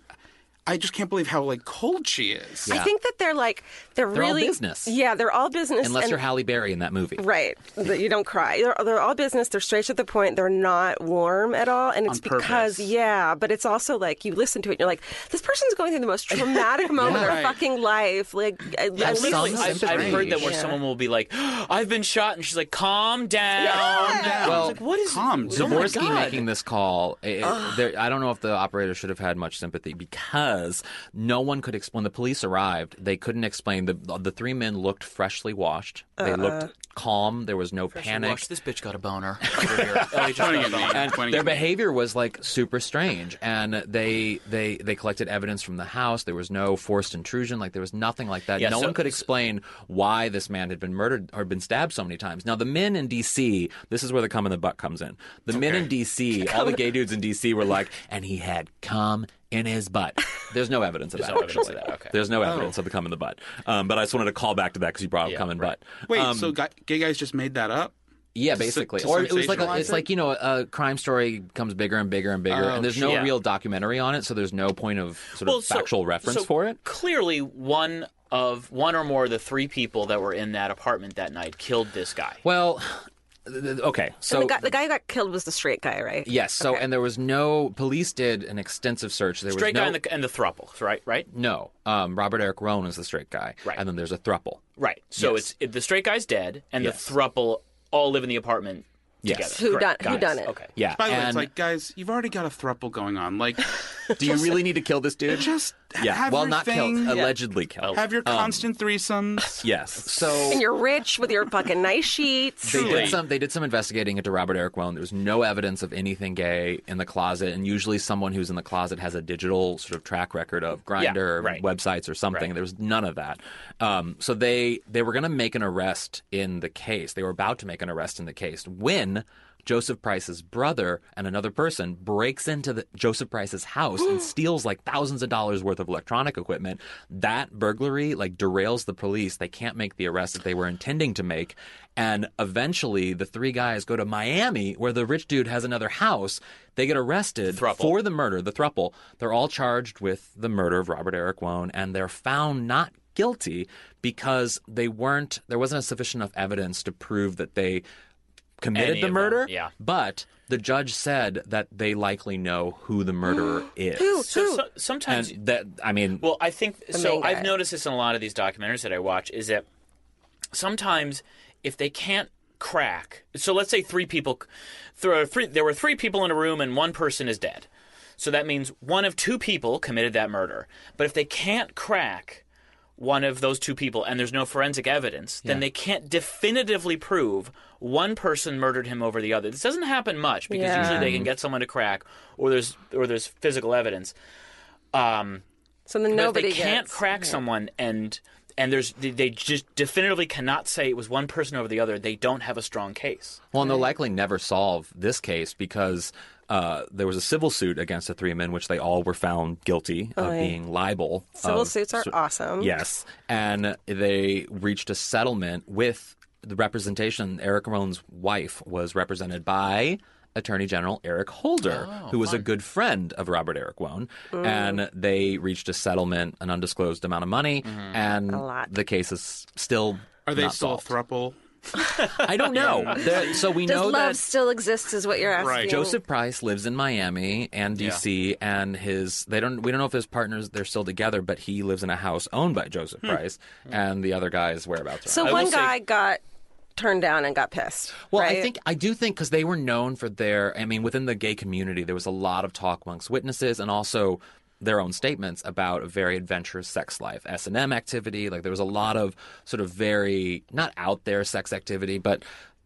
I just can't believe how like cold she is.
I think that they're like they're,
all
really
business.
Yeah, they're all business.
Unless
and-
you're Halle Berry in that movie.
Right, that you don't cry. They're, they're all business. They're straight to the point. They're not warm at all, and it's
On purpose.
because yeah. But it's also like you listen to it, and you're like, this person's going through the most traumatic moment of their
Right.
fucking life. Like, I,
I
at
literally,
some
least-
I've, I've
sympathy.
heard that where
Yeah.
someone will be like, "Oh, "I've been shot," and she's like, "Calm down."
Yeah.
Well,
It's like, what is
calm,
Oh my
Zaborski
God.
eh, making this call. it- it- there- I don't know if the operator should have had much sympathy because because no one could explain. When the police arrived, they couldn't explain. The the three men looked freshly washed. They
Uh-uh.
looked calm. There was no panic.
Watch this bitch got a boner. Over here. Ellie just got
Pointing
a
at me.
boner.
and
pointing
their
at me.
behavior was like super strange and they they they collected evidence from the house there was no forced intrusion like there was nothing like that
Yeah,
no
so-
one could explain why this man had been murdered or been stabbed so many times now the men in dc this is where the cum in the butt comes in the men in dc all the gay dudes in dc were like and he had cum in his butt. There's no evidence of that.
no evidence of
actually.
that, okay. Oh.
There's no evidence of the cum in the butt. Um, but I just wanted to call back to that because you brought up
Yeah,
cum in
right.
butt.
Wait, so guy, gay guys just made that up?
Yeah,
To sen-
basically,
to
or it was like a,
sensationalize
it's
it?
like you know a crime story becomes bigger and bigger and bigger,
Oh,
and there's no
yeah.
real documentary on it, so there's no point of sort of
so-
factual reference
so
for it.
Clearly, one of one or more of the three people that were in that apartment that night killed this guy.
Well, th- th- okay, so
the, guy, the guy who got killed was the straight guy, right?
yes, so and there was no police did an extensive search. There
Straight
was no,
guy and the, and the thruple, right? Right?
no. Um, Robert Eric Roan is the straight guy,
Right.
And then there's a thruple.
Right. So it's it, the straight guy's dead, and
Yes.
the thruple all live in the apartment
Yes.
together.
Who done?
Correct.
Who
Got
done it?
Okay.
Yeah,
By the way,
and
it's like, guys, you've already got a thruple going on. Like,
do you really need to kill this dude?
just
yeah,
have
well,
your
not
thing,
killed, Uh, um, allegedly killed.
have your constant threesomes.
yes, so
And you're rich with your fucking nice sheets.
They
Truly.
did some. They did some investigating into Robert Eric Rowan. There was no evidence of anything gay in the closet, and usually someone who's in the closet has a digital sort of track record of Grinder or
right.
websites or something. There was none of that. Um, so they they were going to make an arrest in the case. They were about to make an arrest in the case when. Joseph Price's brother and another person breaks into the, Joseph Price's house and steals like thousands of dollars worth of electronic equipment. That burglary like derails the police. They can't make the arrest that they were intending to make. And eventually, the three guys go to Miami, where the rich dude has another house. They get arrested
Thruple.
for the murder, the thruple. They're all charged with the murder of Robert Eric Wone, and they're found not guilty because they weren't. There wasn't a sufficient enough evidence to prove that they committed
Any
the
of them,
murder.
yeah.
But the judge said that they likely know who the murderer is.
So, so- sometimes
And that I mean,
Well, I think so.
main guy.
I've noticed this in a lot of these documentaries that I watch is that sometimes if they can't crack, so let's say three people, th- uh, three, there were three people in a room and one person is dead. So that means one of two people committed that murder. But if they can't crack one of those two people and there's no forensic evidence, then they can't definitively prove one person murdered him over the other. This doesn't happen much because
Yeah.
usually they can get someone to crack or there's or there's physical evidence. Um,
So
but
then
if
nobody
they can't
gets-
crack someone and and there's they- they just definitively cannot say it was one person over the other they don't have a strong case
Well, and they'll likely never solve this case because uh, there was a civil suit against the three men, which they all were found guilty of
yeah.
being libel.
Civil
of-
suits are awesome.
Yes, and they reached a settlement with the representation. Eric Rohn's wife was represented by. Attorney General Eric Holder,
Oh,
who was a good friend of Robert Eric Rohn, and they reached a settlement, an undisclosed amount of money, and
Mm-hmm. lot.
the case is still
Are they
not
still
solved.
a thruple?
I don't know. They're- so we
Does
know
love
that
still exist? Is what you're asking.
Right.
Joseph Price lives in Miami and DC, and his they don't we don't know if his partners they're still together, but he lives in a house owned by Joseph Price, and the other guy's whereabouts. are
So
I
one
will say-
guy got turned down and got pissed.
Well,
right?
I think I do think because they were known for their. I mean, within the gay community, there was a lot of talk amongst witnesses and also their own statements about a very adventurous sex life, S and M activity. Like there was a lot of sort of very not out there sex activity, but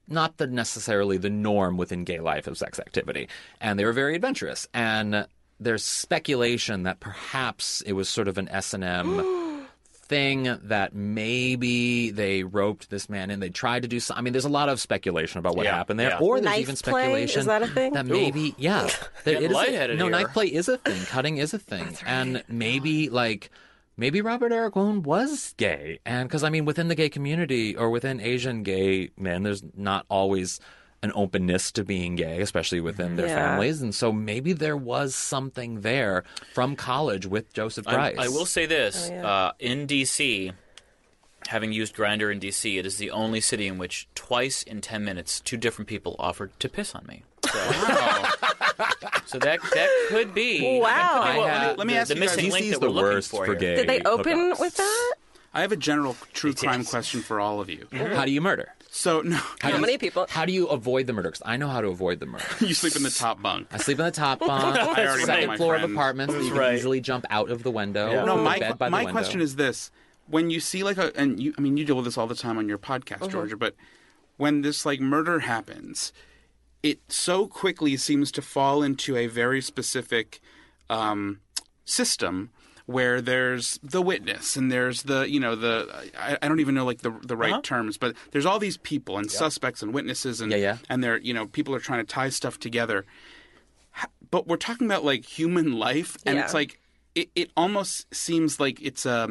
not the necessarily the norm within gay life of sex activity. And they were very adventurous. And there's speculation that perhaps it was sort of an S and M thing that maybe they roped this man in. They tried to do some. I mean, there's a lot of speculation about what
Yeah,
happened there,
yeah.
or there's
Knife
even
play?
speculation
Is that a thing?
that maybe yeah, there, it is a-
lightheaded
no,
here.
knife play is a thing. Cutting is a thing, and maybe like. Maybe Robert Eric Wone was gay, and because I mean, within the gay community or within Asian gay men, there's not always an openness to being gay, especially within their
Yeah.
families, and so maybe there was something there from college with Joseph Price.
I will say this uh, in DC, having used Grinder in DC, it is the only city in which twice in 10 minutes, two different people offered to piss on me. So, so that that could be. that could be
Wow.
what-
I have-
Let me
the-
ask
the
you guys-
missing
DC's
link that
the
we're looking
worst
for
for
here.
gay
Did they open
hookups.
with that?
I I have a general true
Yes.
crime question for all of you.
How do you murder?
So no,
How, do you-
many people-
How do you avoid the murder? 'Cause I know how to avoid the murder.
you sleep in the top bunk.
I sleep in the top bunk,
already know
second
my
floor of
friend.
apartments. that You can
right.
easily jump out of the window.
No,
or
my
bed by the
my
window.
question is this: when you see like a, and you, I mean, you deal with this all the time on your podcast, Georgia, but when this like murder happens, it so quickly seems to fall into a very specific um, system where there's the witness and there's the you know the I, I don't even know like the the right terms but there's all these people and suspects and witnesses and
Uh-huh. Yeah, yeah.
and they're you know people are trying to tie stuff together but we're talking about like human life and
Yeah.
it's like it, it almost seems like it's a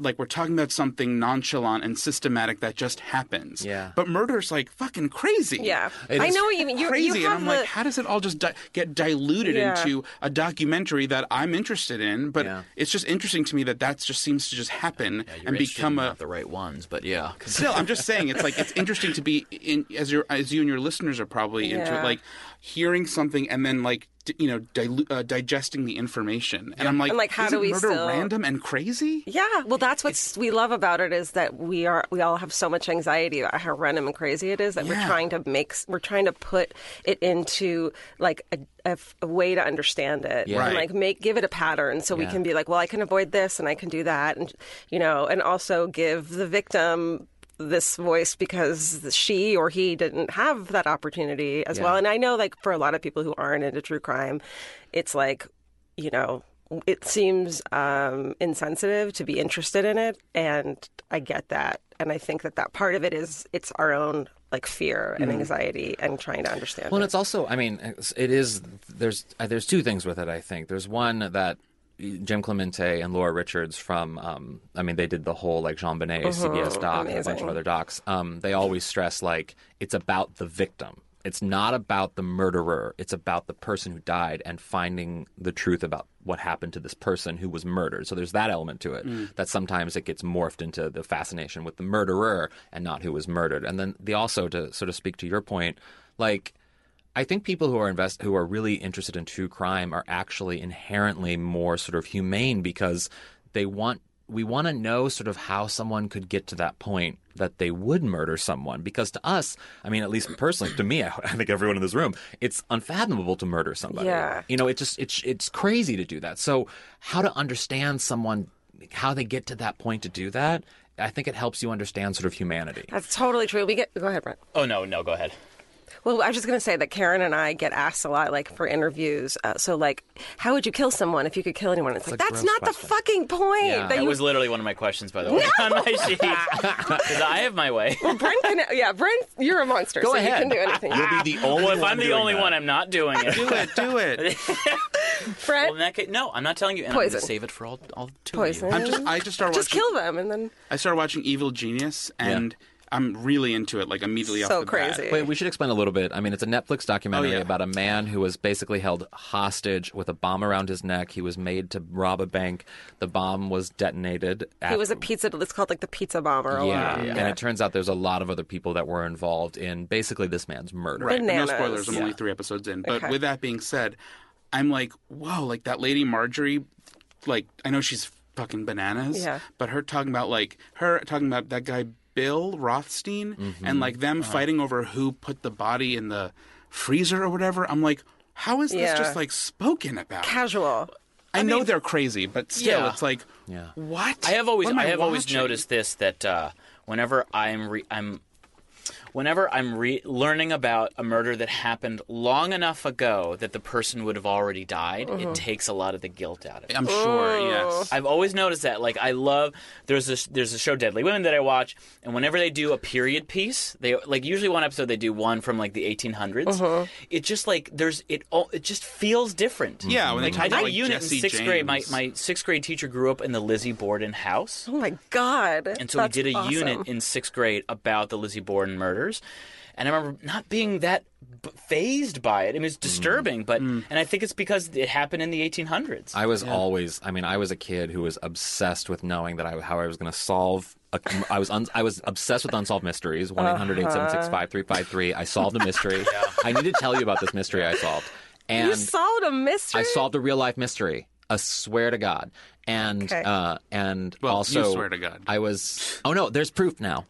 like we're talking about something nonchalant and systematic that just happens
Yeah.
but murder's like fucking crazy
Yeah,
It
I
is
know what you mean. You,
crazy and
you have
i'm
the,
like how does it all just di- get diluted
Yeah.
into a documentary that i'm interested in but
Yeah.
it's just interesting to me that that just seems to just happen
You're
and
interested
become
in
a
not the right ones, but yeah. 'Cause
still i'm just saying it's like it's interesting to be in as your as you and your listeners are probably into
Yeah.
it like hearing something and then like d- you know dilu- uh, digesting the information and i'm like,
And, like, how
isn't
do we
murder
still-
random and crazy
Yeah, well, that's what we love about it is that we are we all have so much anxiety about how random and crazy it is that we're
Yeah.
trying to make s- we're trying to put it into like a, a f- a way to understand it
Yeah.
and
Right.
like make give it a pattern so we
Yeah.
can be like, well, I can avoid this and I can do that and you know and also give the victim this voice because she or he didn't have that opportunity as well. And I know like for a lot of people who aren't into true crime, it's like you know, it seems um, insensitive to be interested in it, and I get that, and I think that that part of it is it's our own like fear and anxiety and trying to understand.
Well, and
it.
it's also, I mean, it's- it is. There's uh, there's two things with it. I think there's one that Jim Clemente and Laura Richards from, um, I mean, they did the whole like Jean Bonnet CBS doc and a bunch of
amazing.
other docs. Um, they always stress like it's about the victim. It's not about the murderer. It's about the person who died and finding the truth about what happened to this person who was murdered. So there's that element to it that sometimes it gets morphed into the fascination with the murderer and not who was murdered. And then they also to sort of speak to your point, like I think people who are invest who are really interested in true crime are actually inherently more sort of humane because they want we want to know sort of how someone could get to that point that they would murder someone because to us i mean at least personally to me i, I think everyone in this room it's unfathomable to murder somebody
Yeah.
you know it just it's it's crazy to do that so how to understand someone how they get to that point to do that i think it helps you understand sort of humanity
that's totally true. We get go ahead, Brent.
Oh no, no, go ahead.
Well, I was just going to say that Karen and I get asked a lot, like for interviews. Uh, so, like, how would you kill someone if you could kill anyone? It's, like
a
that's
gross
not
question.
the fucking point.
Yeah.
that
That
you
was literally one of my questions, by the way, on my sheet. 'Cause I have my way.
Brent can, yeah, Brent, you're a monster, so
ahead.
you can do anything.
You'll be the only
Well, if
one
I'm the
doing
only
that.
one, I'm not doing
do
it.
it do it
Brent,
well, in that case, no, I'm not telling you. And I'm
Poison.
gonna save it for all, all two of
poison.
you.
i'm just i just started
just
watching
kill them and then
i started watching evil genius and i'm really into it like immediately off
so
the bat.
crazy.
Wait, we should explain a little bit. I mean, it's a Netflix documentary
Oh, yeah.
about a man who was basically held hostage with a bomb around his neck. He was made to rob a bank. The bomb was detonated.
He was a pizza. It's called like the pizza bomber.
yeah. and it turns out there's a lot of other people that were involved in basically this man's murder.
Right. No
Bananas.
spoilers. I'm
Yeah.
only three episodes in. But
Okay.
with that being said, I'm like, whoa, like that lady Marjorie, like, I know she's fucking bananas,
Yeah.
but her talking about, like, her talking about that guy Bill Rothstein
Mm-hmm.
and, like, them
Uh-huh.
fighting over who put the body in the freezer or whatever. I'm like, how is
Yeah.
this just, like, spoken about?
casual.
I, know they're crazy, but still,
Yeah.
it's like,
Yeah.
what?
I have always
What am
I have always
watching?
noticed this that uh, whenever I'm re- I'm whenever I'm re- learning about a murder that happened long enough ago that the person would have already died,
Mm-hmm.
it takes a lot of the guilt out of it.
I'm sure, yes.
I've always noticed that. Like I love there's this there's a show Deadly Women that I watch, and whenever they do a period piece, they like usually one episode they do one from like the 1800s. It just like there's it all it just feels different.
Yeah, when they talk
I did
about
a
like,
unit
Jesse
in sixth grade. My
James.
my sixth grade teacher grew up in the Lizzie Borden house.
Oh my god!
And so we did a unit in sixth grade about the Lizzie Borden murders. And I remember not being that b- phased by it. I mean,
Mm.
it's disturbing, but and I think it's because it happened in the 1800s.
I was always, I mean, I was a kid who was obsessed with knowing that I, how I was going to solve. A, I was un, I was obsessed with unsolved mysteries. One
Uh-huh.
5353 I solved a mystery. I need to tell you about this mystery I solved. And
you solved a mystery.
I solved a real life mystery. I swear to God. And
Okay.
uh, and
Well, you
also,
swear to God.
I was. Oh no, there's proof now.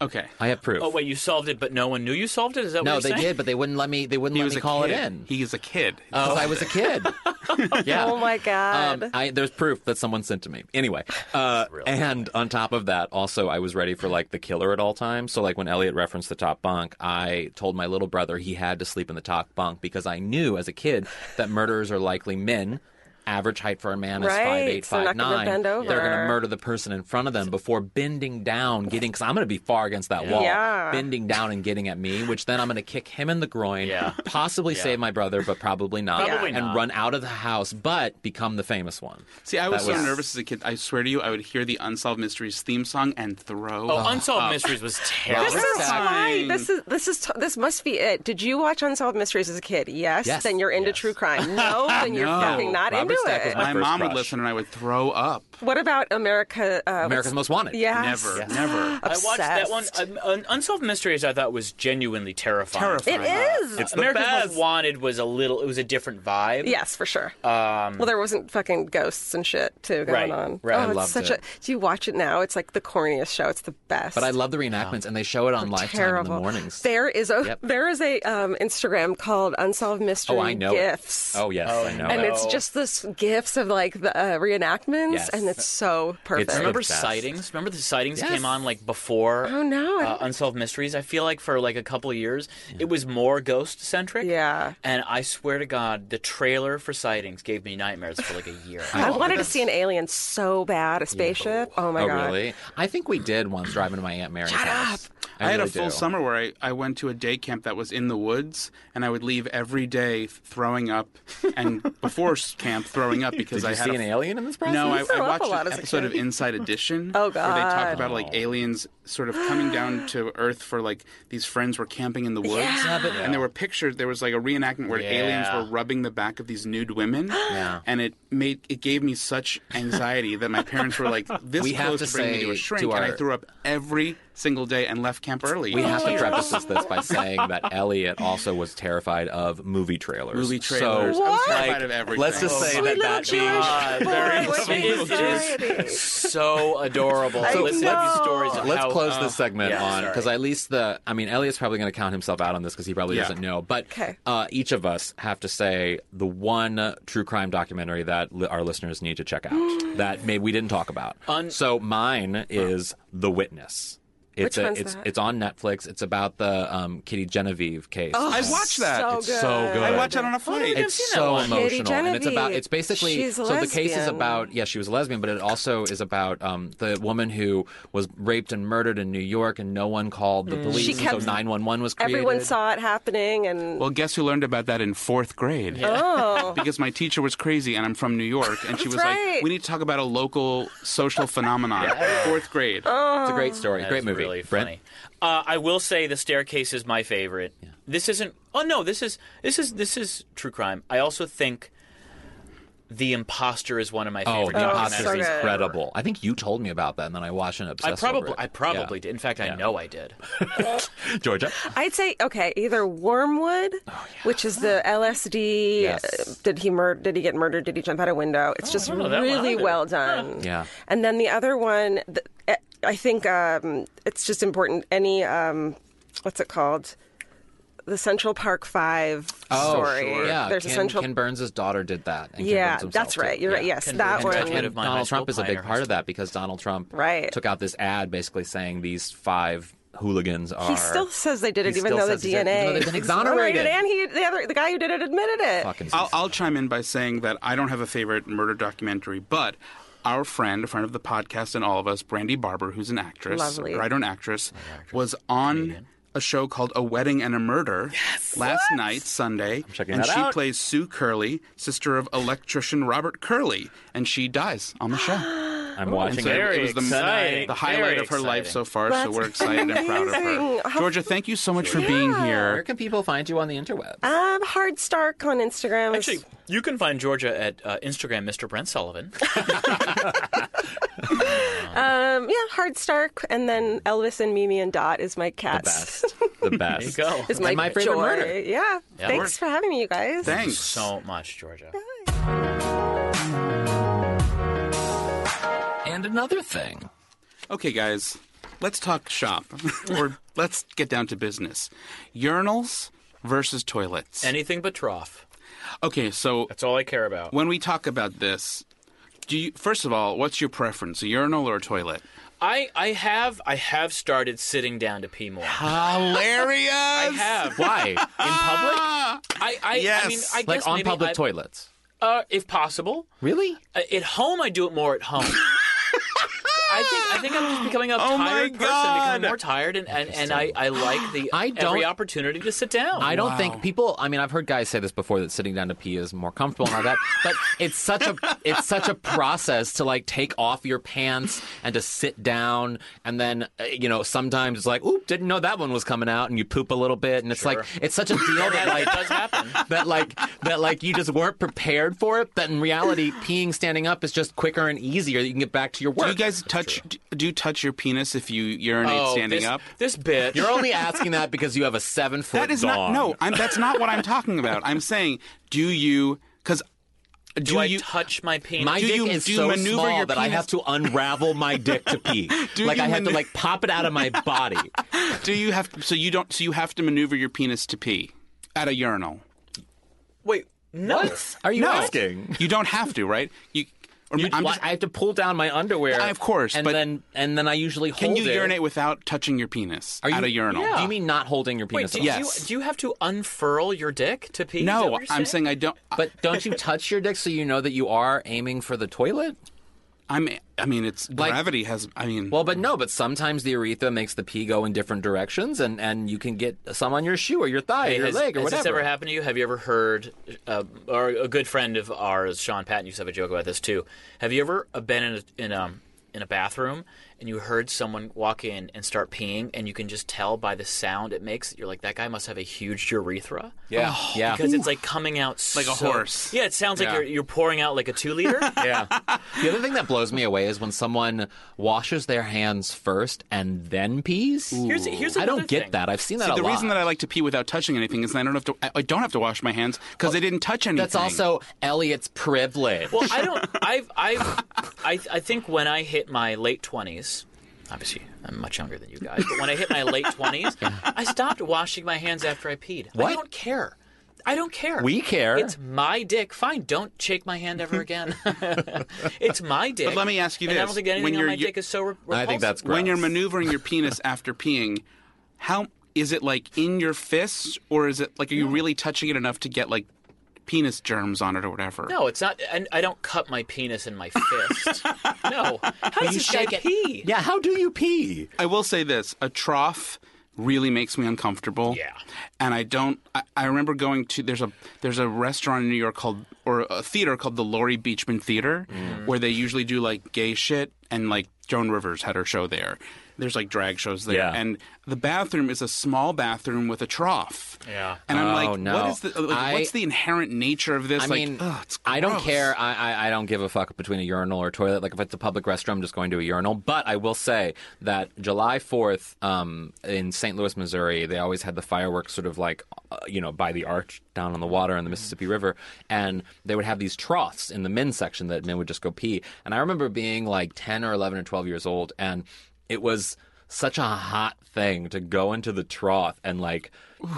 Okay.
I have proof.
Oh wait, you solved it, but no one knew you solved it. Is that
no,
what
they
you're saying?
did, but they wouldn't let me. They wouldn't let me
a
call
kid.
it in.
He is a kid.
because I was a kid. yeah.
Oh my God.
Um, I, there's proof that someone sent to me. Anyway, uh, and on top of that, also I was ready for like the killer at all times. So like when Elliot referenced the top bunk, I told my little brother he had to sleep in the top bunk because I knew as a kid that murderers are likely men. Average height for a man is
Right,
five eight
so they're
five
not gonna
nine.
bend
They're going to
over.
murder the person in front of them before bending down, getting because I'm going to be far against that wall,
Yeah.
bending down and getting at me, which then I'm going to kick him in the groin,
Yeah.
possibly save my brother, but probably not.
Probably
and
not.
run out of the house, but become the famous one.
See, I was so
That was-
nervous as a kid. I swear to you, I would hear the Unsolved Mysteries theme song and throw.
Oh, Unsolved
up.
Mysteries was
This
terrible.
is why
Fine.
this is this is this must be it. Did you watch Unsolved Mysteries as a kid? Yes.
Yes.
Then you're into
Yes.
true crime. No. Then you're
No.
fucking not
Robert
into
Stack was
it.
my-
My
first
mom would
crush.
listen and I would throw up.
What about America? Uh, what's-
America's Most Wanted.
Yes.
Never, never.
I watched that one. uh,
Obsessed.
Un- Un- Unsolved Mysteries, I thought was genuinely terrifying.
Terrifying.
It is.
It's the
America's
best.
Most Wanted was a little. It was a different vibe.
Yes, for sure. Um, well, there wasn't fucking ghosts and shit too
Right,
going on.
right.
Oh,
I
it's
loved
such
it.
a. Do you watch it now? It's like the corniest show. It's the best.
But I love the reenactments, and they show it on Lifetime
terrible
in the mornings.
There is a
Yep.
there is a um, Instagram called Unsolved Mystery
oh, I know. it.
Gifts.
Oh, yes, I know.
and
it.
it's
no.
just this gifts of like the uh, reenactments,
Yes.
and it's so perfect.
the
Remember
best.
sightings? Remember the sightings
Yes.
came on like before.
Oh, no, I-
Uh, Unsolved Mysteries. I feel like for like a couple of years, it was more ghost centric.
Yeah.
And I swear to God, the trailer for sightings gave me nightmares for like a year.
I wanted to see an alien so bad, a spaceship. Oh my
oh,
god!
really? I think we did once driving to my aunt Mary's
Shut
house.
I, had a
really
full
do.
summer where I, I went to a day camp that was in the woods, and I would leave every day throwing up, and before s- camp throwing up because
Did you
I had
see
a,
an alien in this process?
No, I, I
threw up a
watched
lot
an
as a
episode
kid.
of Inside Edition
Oh,
where they
God.
talk about like aliens sort of coming down to Earth for like these friends were camping in the woods,
Yeah, but-
and there were pictures. There was like a reenactment where aliens
Yeah.
were rubbing the back of these nude women, and it made it gave me such anxiety that my parents were like, "This
We have
close
to
to bringing me
say
to a
to
shrink," and
our-
I threw up every single day and left camp early.
We have to preface this by saying that Elliot also was terrified of movie trailers.
movie
So,
trailers. I was
What?
terrified
like,
of everything.
Let's just say that
Sweet little
that being
Jewish
God,
boy,
very
what
sweet.
is
It is-
anxiety?
so adorable.
I
Listen to these
know.
stories. of
Let's
how-
close
uh,
this segment
yeah,
on
sorry.
because at least the I mean Elliot's probably going to count himself out on this because he probably
Yeah.
doesn't know. But
'Kay.
uh, each of us have to say the one uh, true crime documentary that li- our listeners need to check out that maybe we didn't talk about.
Un-
so mine is The Witness. It's
Which
a,
one's
it's
that?
it's on Netflix. It's about the um, Kitty Genevieve case.
Oh,
I watched that.
So
It's
good.
so good.
I watched it on a flight.
It's
seen that
so
one.
Katie
emotional, and it's about
Genevieve.
it's basically
She's a
so the case is
lesbian.
about yeah she was a lesbian, but it also is about um, the woman who was raped and murdered in New York, and no one called the police,
Mm. She
and
kept-
so nine one one was created.
Everyone saw it happening, and
Well, guess who learned about that in fourth grade?
oh,
Because my teacher was crazy and I'm from New York, and she was
right.
like, we need to talk about a local social phenomenon. Fourth grade.
Oh.
It's a great story,
That
great
is
movie.
Really
Brent?
funny. Uh, I will say the staircase is my favorite. This isn't. Oh no, this is this is this is true crime. I also think the imposter is one of my
Oh,
favorite.
The
Oh,
documentaries
it's
Imposter
so
is
good.
incredible. I think you told me about that, and then I watched and
I
obsessed.
probably,
over it.
I probably did. In fact, I know I did.
did. Georgia,
I'd say okay, either Wormwood, which is the LSD.
Oh, Yes. Oh,
uh, Did he mur- Did he get murdered? Did he jump out a window? It's just
don't know that one
really
either.
well done.
Yeah.
And then the other one, th- eh, I think um, it's just important. Any um, what's it called? The Central Park Five story.
Oh, yeah,
There's
Ken,
a Central.
Ken Burns' daughter did that. And Ken
yeah,
Burns himself
that's
did.
right. You're
Yeah.
right. Yes,
Ken
that
Burns
one.
did. Head of my high
Donald
school
Trump is a
pioneer
big
high
part of that because Donald Trump
Right.
took out this ad basically saying these five hooligans are.
He still says they did it,
He
even
still
though the
says he did it,
DNA
even though they've been exonerated.
and he the other the guy who did it admitted it.
fucking.
I'll, I'll chime in by saying that I don't have a favorite murder documentary, but our friend, a friend of the podcast and all of us, Brandy Barber, who's an actress,
Lovely.
writer and actress, was on a show called A Wedding and a Murder last night, Sunday.
checking
and
that
she
out.
plays Sue Curley, sister of electrician Robert Curley, and she dies on the show.
I'm
And
watching
so
it.
it
Very
was the,
exciting.
the highlight
Very
of her life
exciting.
so far, so
That's
we're excited and proud of
amazing.
her.
How-
Georgia, thank you so much for being
Where
here.
can people find you on the interweb?
Um, Hard Stark on Instagram. is-
Actually, you can find Georgia at uh, Instagram, Mr. Brent Sullivan.
um, yeah, Hard Stark, and then Elvis and Mimi and Dot is my
the
cats.
best. The best.
you go.
is my,
And my favorite
joy.
murder.
Yeah. Thanks for having me, you guys.
Thanks.
so much, Georgia.
and another thing.
Okay, guys, let's talk shop, or let's get down to business. Urinals versus toilets.
Anything but trough.
okay, so
That's all I care about.
when we talk about this, do you first of all, what's your preference, a urinal or a toilet?
I, I have I have started sitting down to pee more. I
Hilarious.
have.
Why? In public?
I, I, I mean,
Yes.
I guess
Like on
maybe
public
I-
toilets.
uh, if possible.
Really?
Uh, At home, I do it more at home. I think I think I'm just becoming a
my
tired person,
God.
becoming more tired, and and, and I, I like the
I don't-
every opportunity to sit down.
I don't think people. I mean, I've heard guys say this before that sitting down to pee is more comfortable and all that. But it's such a it's such a process to like take off your pants and to sit down, and then uh, you know sometimes it's like, oop, didn't know that one was coming out, and you poop a little bit, and it's like
Sure.
it's such a deal that
That
like
does happen.
that like that like you just weren't prepared for it. That in reality, peeing standing up is just quicker and easier. You can get back to your work.
Do you guys touch? d- Do you touch your penis if you urinate
Oh,
standing
this,
up?
This bitch.
You're only asking that because you have a seven foot.
That is not. No, I'm, that's not what I'm talking about. I'm saying, do you? Because do,
do I
you?
touch my penis?
My
Do
dick
you-
is
do you
so
maneuver
small
your
that I
penis-
have to unravel my dick to pee.
Do
like
you
I have to
manu-
like pop it out of my body.
do you have? So you don't. So you have to maneuver your penis to pee at a urinal.
Wait, no.
Are you
No,
asking?
you don't have to, right? You. Or
You-
I'm
why-
just,
I have to pull down my underwear.
Yeah, of course,
and
but-
then and then I usually hold
can you
it.
urinate without touching your penis
Are you,
at a urinal?
Do you mean not holding your
Wait,
penis?
do,
at all?
Yes.
you, do you have to unfurl your dick to pee? Is that
No,
what you're
I'm saying I don't. I-
But don't you touch your dick so you know that you are aiming for the toilet?
I'm. I mean, it's gravity has. I mean,
Well, but no, but sometimes the urethra makes the pee go in different directions, and, and you can get some on your shoe or your thigh or your
has,
leg or
has
whatever.
this ever happened to you? Have you ever heard, uh, or a good friend of ours, Sean Patton, used to have a joke about this too. Have you ever uh, been in a, in a, in a bathroom and you heard someone walk in and start peeing, and you can just tell by the sound it makes that you're like, that guy must have a huge urethra.
Yeah,
Oh,
yeah.
Because it's like coming out
Like a
so-
horse.
Yeah, it sounds like
Yeah.
you're, you're pouring out like a two liter.
Yeah. The other thing that blows me away is when someone washes their hands first and then pees.
Here's- here's
I don't
another
get
thing.
that. I've seen that
See,
a
the
lot.
reason that I like to pee without touching anything is that I don't have to. I, I don't have to wash my hands because I didn't touch anything.
That's also Elliot's privilege.
Well, I don't. I've. I've. I. I think when I hit my late twenties, obviously I'm much younger than you guys, but when I hit my late twenties, I stopped washing my hands after I peed.
What?
I don't care. I don't care.
We care.
It's my dick. Fine. Don't shake my hand ever again. it's my dick.
let me ask you
and I
this.
don't think anything
When
on
you're-
my dick is so. Re-
I think
repulsive.
that's gross.
when you're maneuvering your penis after peeing. How is it like in your fist, or is it like are you really touching it enough to get like penis germs on it or whatever?
No, it's not. And I don't cut my penis in my fist. no. How does this guy pee?
yeah, how do you pee?
I will say this: a trough really makes me uncomfortable.
Yeah.
and I don't. I, I remember going to there's a there's a restaurant in New York called or a theater called the Laurie Beachman Theater
Mm.
where they usually do like gay shit and like Joan Rivers had her show there. There's like drag shows there,
Yeah.
and the bathroom is a small bathroom with a trough.
Yeah.
and I'm
Oh,
like,
no.
what is the like,
I-
what's the inherent nature of this?
I
like,
mean,
ugh, it's
I don't
gross.
care. I, I I don't give a fuck between a urinal or a toilet. Like if it's a public restroom, I'm just going to a urinal. But I will say that July Fourth um, in St. Louis, Missouri, they always had the fireworks sort of like uh, you know by the arch down on the water
Mm.
on the Mississippi River, and they would have these troughs in the men's section that men would just go pee. And I remember being like ten or eleven or twelve years old, and it was such a hot thing to go into the trough and like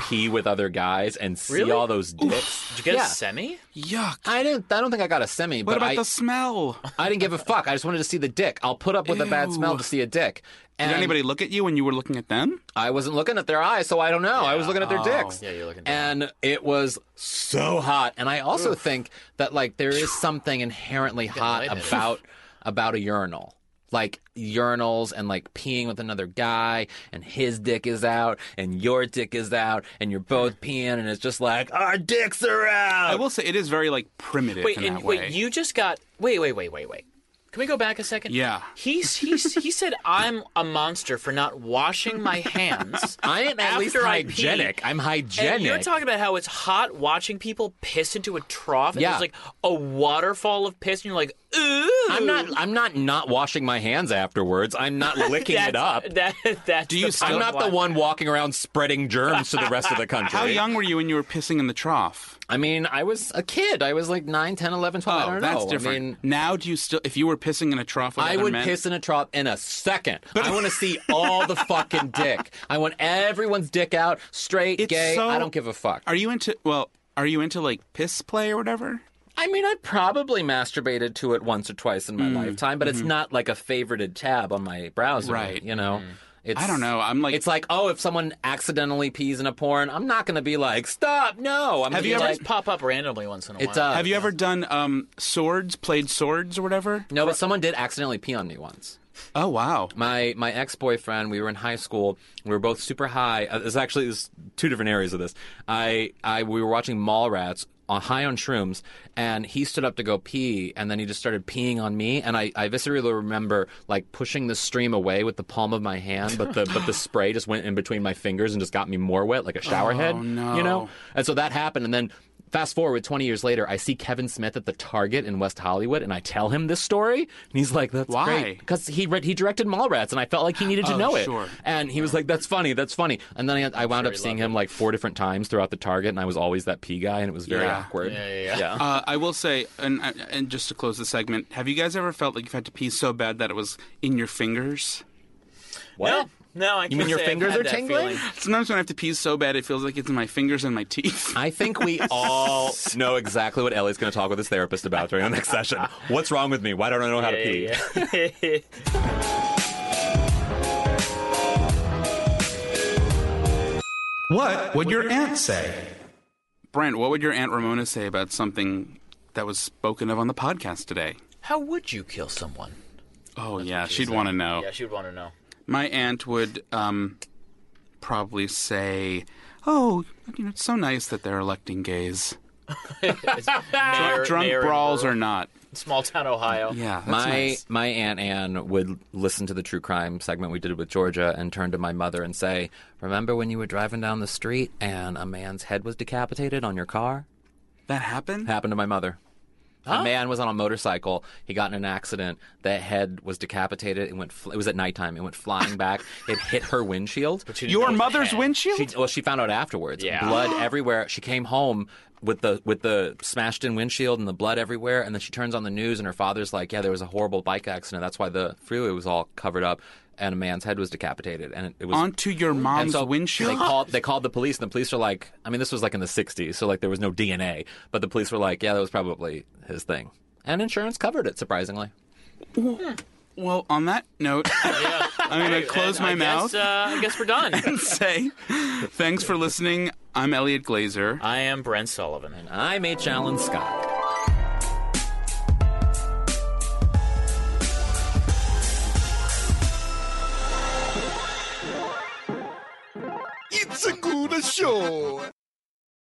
pee with other guys and see
Really?
all those dicks.
Did you get
Yeah.
a semi?
Yuck.
I didn't. I don't think I got a semi.
What
but
about
I,
the smell?
I didn't give a fuck. I just wanted to see the dick. I'll put up with a bad smell to see a dick. And
Did anybody look at you when you were looking at them?
I wasn't looking at their eyes, so I don't know. I was looking at their dicks.
Oh, Yeah, you're looking down.
And it was so hot. And I also think that like there is something inherently hot
lightheaded.
about about a urinal. Like urinals and like peeing with another guy, and his dick is out, and your dick is out, and you're both peeing, and it's just like our dicks are out.
I will say it is very like primitive
Wait,
in
and
that way.
wait, you just got wait, wait, wait, wait, wait. Can we go back a second?
Yeah.
He's he's he said I'm a monster for not washing my hands.
I am at
after
least
I pee."
hygienic. I'm hygienic.
And you're talking about how it's hot watching people piss into a trough. And
Yeah.
There's like a waterfall of piss, and you're like, ooh.
I'm not. I'm not not washing my hands afterwards. I'm not licking
that's,
it up.
That, that's
Do you
the
still-
I'm
problem.
not the one walking around spreading germs to the rest of the country.
How young were you when you were pissing in the trough?
I mean, I was a kid. I was like 9, 10, 11, 12. I
Oh,
don't
that's
know.
different.
I mean,
now, do you still? If you were pissing in a trough, with
I
other
would
men,
piss in a trough in a second. I want to see all the fucking dick. I want everyone's dick out, straight,
It's
gay.
so-
I don't give a fuck.
Are you into? Well, are you into like piss play or whatever?
I mean, I probably masturbated to it once or twice
Mm.
in my lifetime, but it's not like a favorited tab on my browser,
Mm-hmm. Right. Mm.
You know, it's,
I don't know. I'm like-
it's like, oh, if someone accidentally pees in a porn, I'm not going to be like, stop, no. I'm
Have
gonna
you
be
ever-
It
like,
does pop up randomly once in a while.
it does.
Have you ever done um swords? Played swords or whatever?
No, but someone did accidentally pee on me once.
Oh wow.
My my ex boyfriend, we were in high school. We were both super high. Uh, It's actually there's two different areas of this. I I we were watching Mallrats on high on shrooms, and he stood up to go pee, and then he just started peeing on me, and I, I viscerally remember like pushing the stream away with the palm of my hand, but the but the spray just went in between my fingers and just got me more wet, like a shower head.
no.
You know, and so that happened, and then. Fast forward 20 years later, I see Kevin Smith at the Target in West Hollywood, and I tell him this story, and he's like, "That's
Why?
great." because he read, he directed Mallrats, and I felt like he needed to
Oh,
know it.
sure.
And he was like, "That's funny, that's funny." And then I, I wound up seeing him like four different times throughout the Target, and I was always that pee guy, and it was very
Yeah.
awkward.
Yeah, yeah, yeah.
Uh, I will say, and uh, and just to close the segment, have you guys ever felt like you've had to pee so bad that it was in your fingers?
No, no, I can't
mean your
say I've
fingers
had
are
that
tingling?
feeling.
Sometimes when I have to pee so bad, it feels like it's in my fingers and my teeth.
I think we all know exactly what Ellie's going to talk with his therapist about during the next session. What's wrong with me? Why don't I know how to pee?
Yeah, yeah.
What would your aunt say?
Brent, what would your aunt Ramona say about something that was spoken of on the podcast today?
How would you kill someone?
Oh yeah, she'd want to know.
Yeah, she would want to know.
My aunt would um, probably say, "Oh, you know, it's so nice that they're electing gays,
Mayor-
drunk
mayor in
brawls
rural-
or not."
small town Ohio.
Yeah, that's
My
nice.
my aunt Anne would listen to the true crime segment we did with Georgia and turn to my mother and say, "Remember when you were driving down the street and a man's head was decapitated on your car?"
that happened.
happened to my mother. A man was on a motorcycle. He got in an accident. The head was decapitated. It went. Fl- it was at nighttime. It went flying back. it hit her windshield.
She didn't know
Your
it was a
mother's
head.
windshield.
She, well, she found out afterwards.
Yeah.
Blood everywhere. She came home with the with the smashed in windshield and the blood everywhere. And then she turns on the news, and her father's like, "Yeah, there was a horrible bike accident. That's why the freeway was all covered up, and a man's head was decapitated. And it, it was
onto your mom's
and so
windshield.
They called, they called the police, and the police are like, I mean, this was like in the 60s, so like there was no DNA, but the police were like, yeah, that was probably his thing. And insurance covered it, surprisingly.
well, on that note, I'm going to close my
I
mouth
Guess, uh, I guess we're done.
and say, "Thanks for listening." I'm Elliot Glazer.
I am Brent Sullivan.
I'm H. Allen Scott.
It's a good show.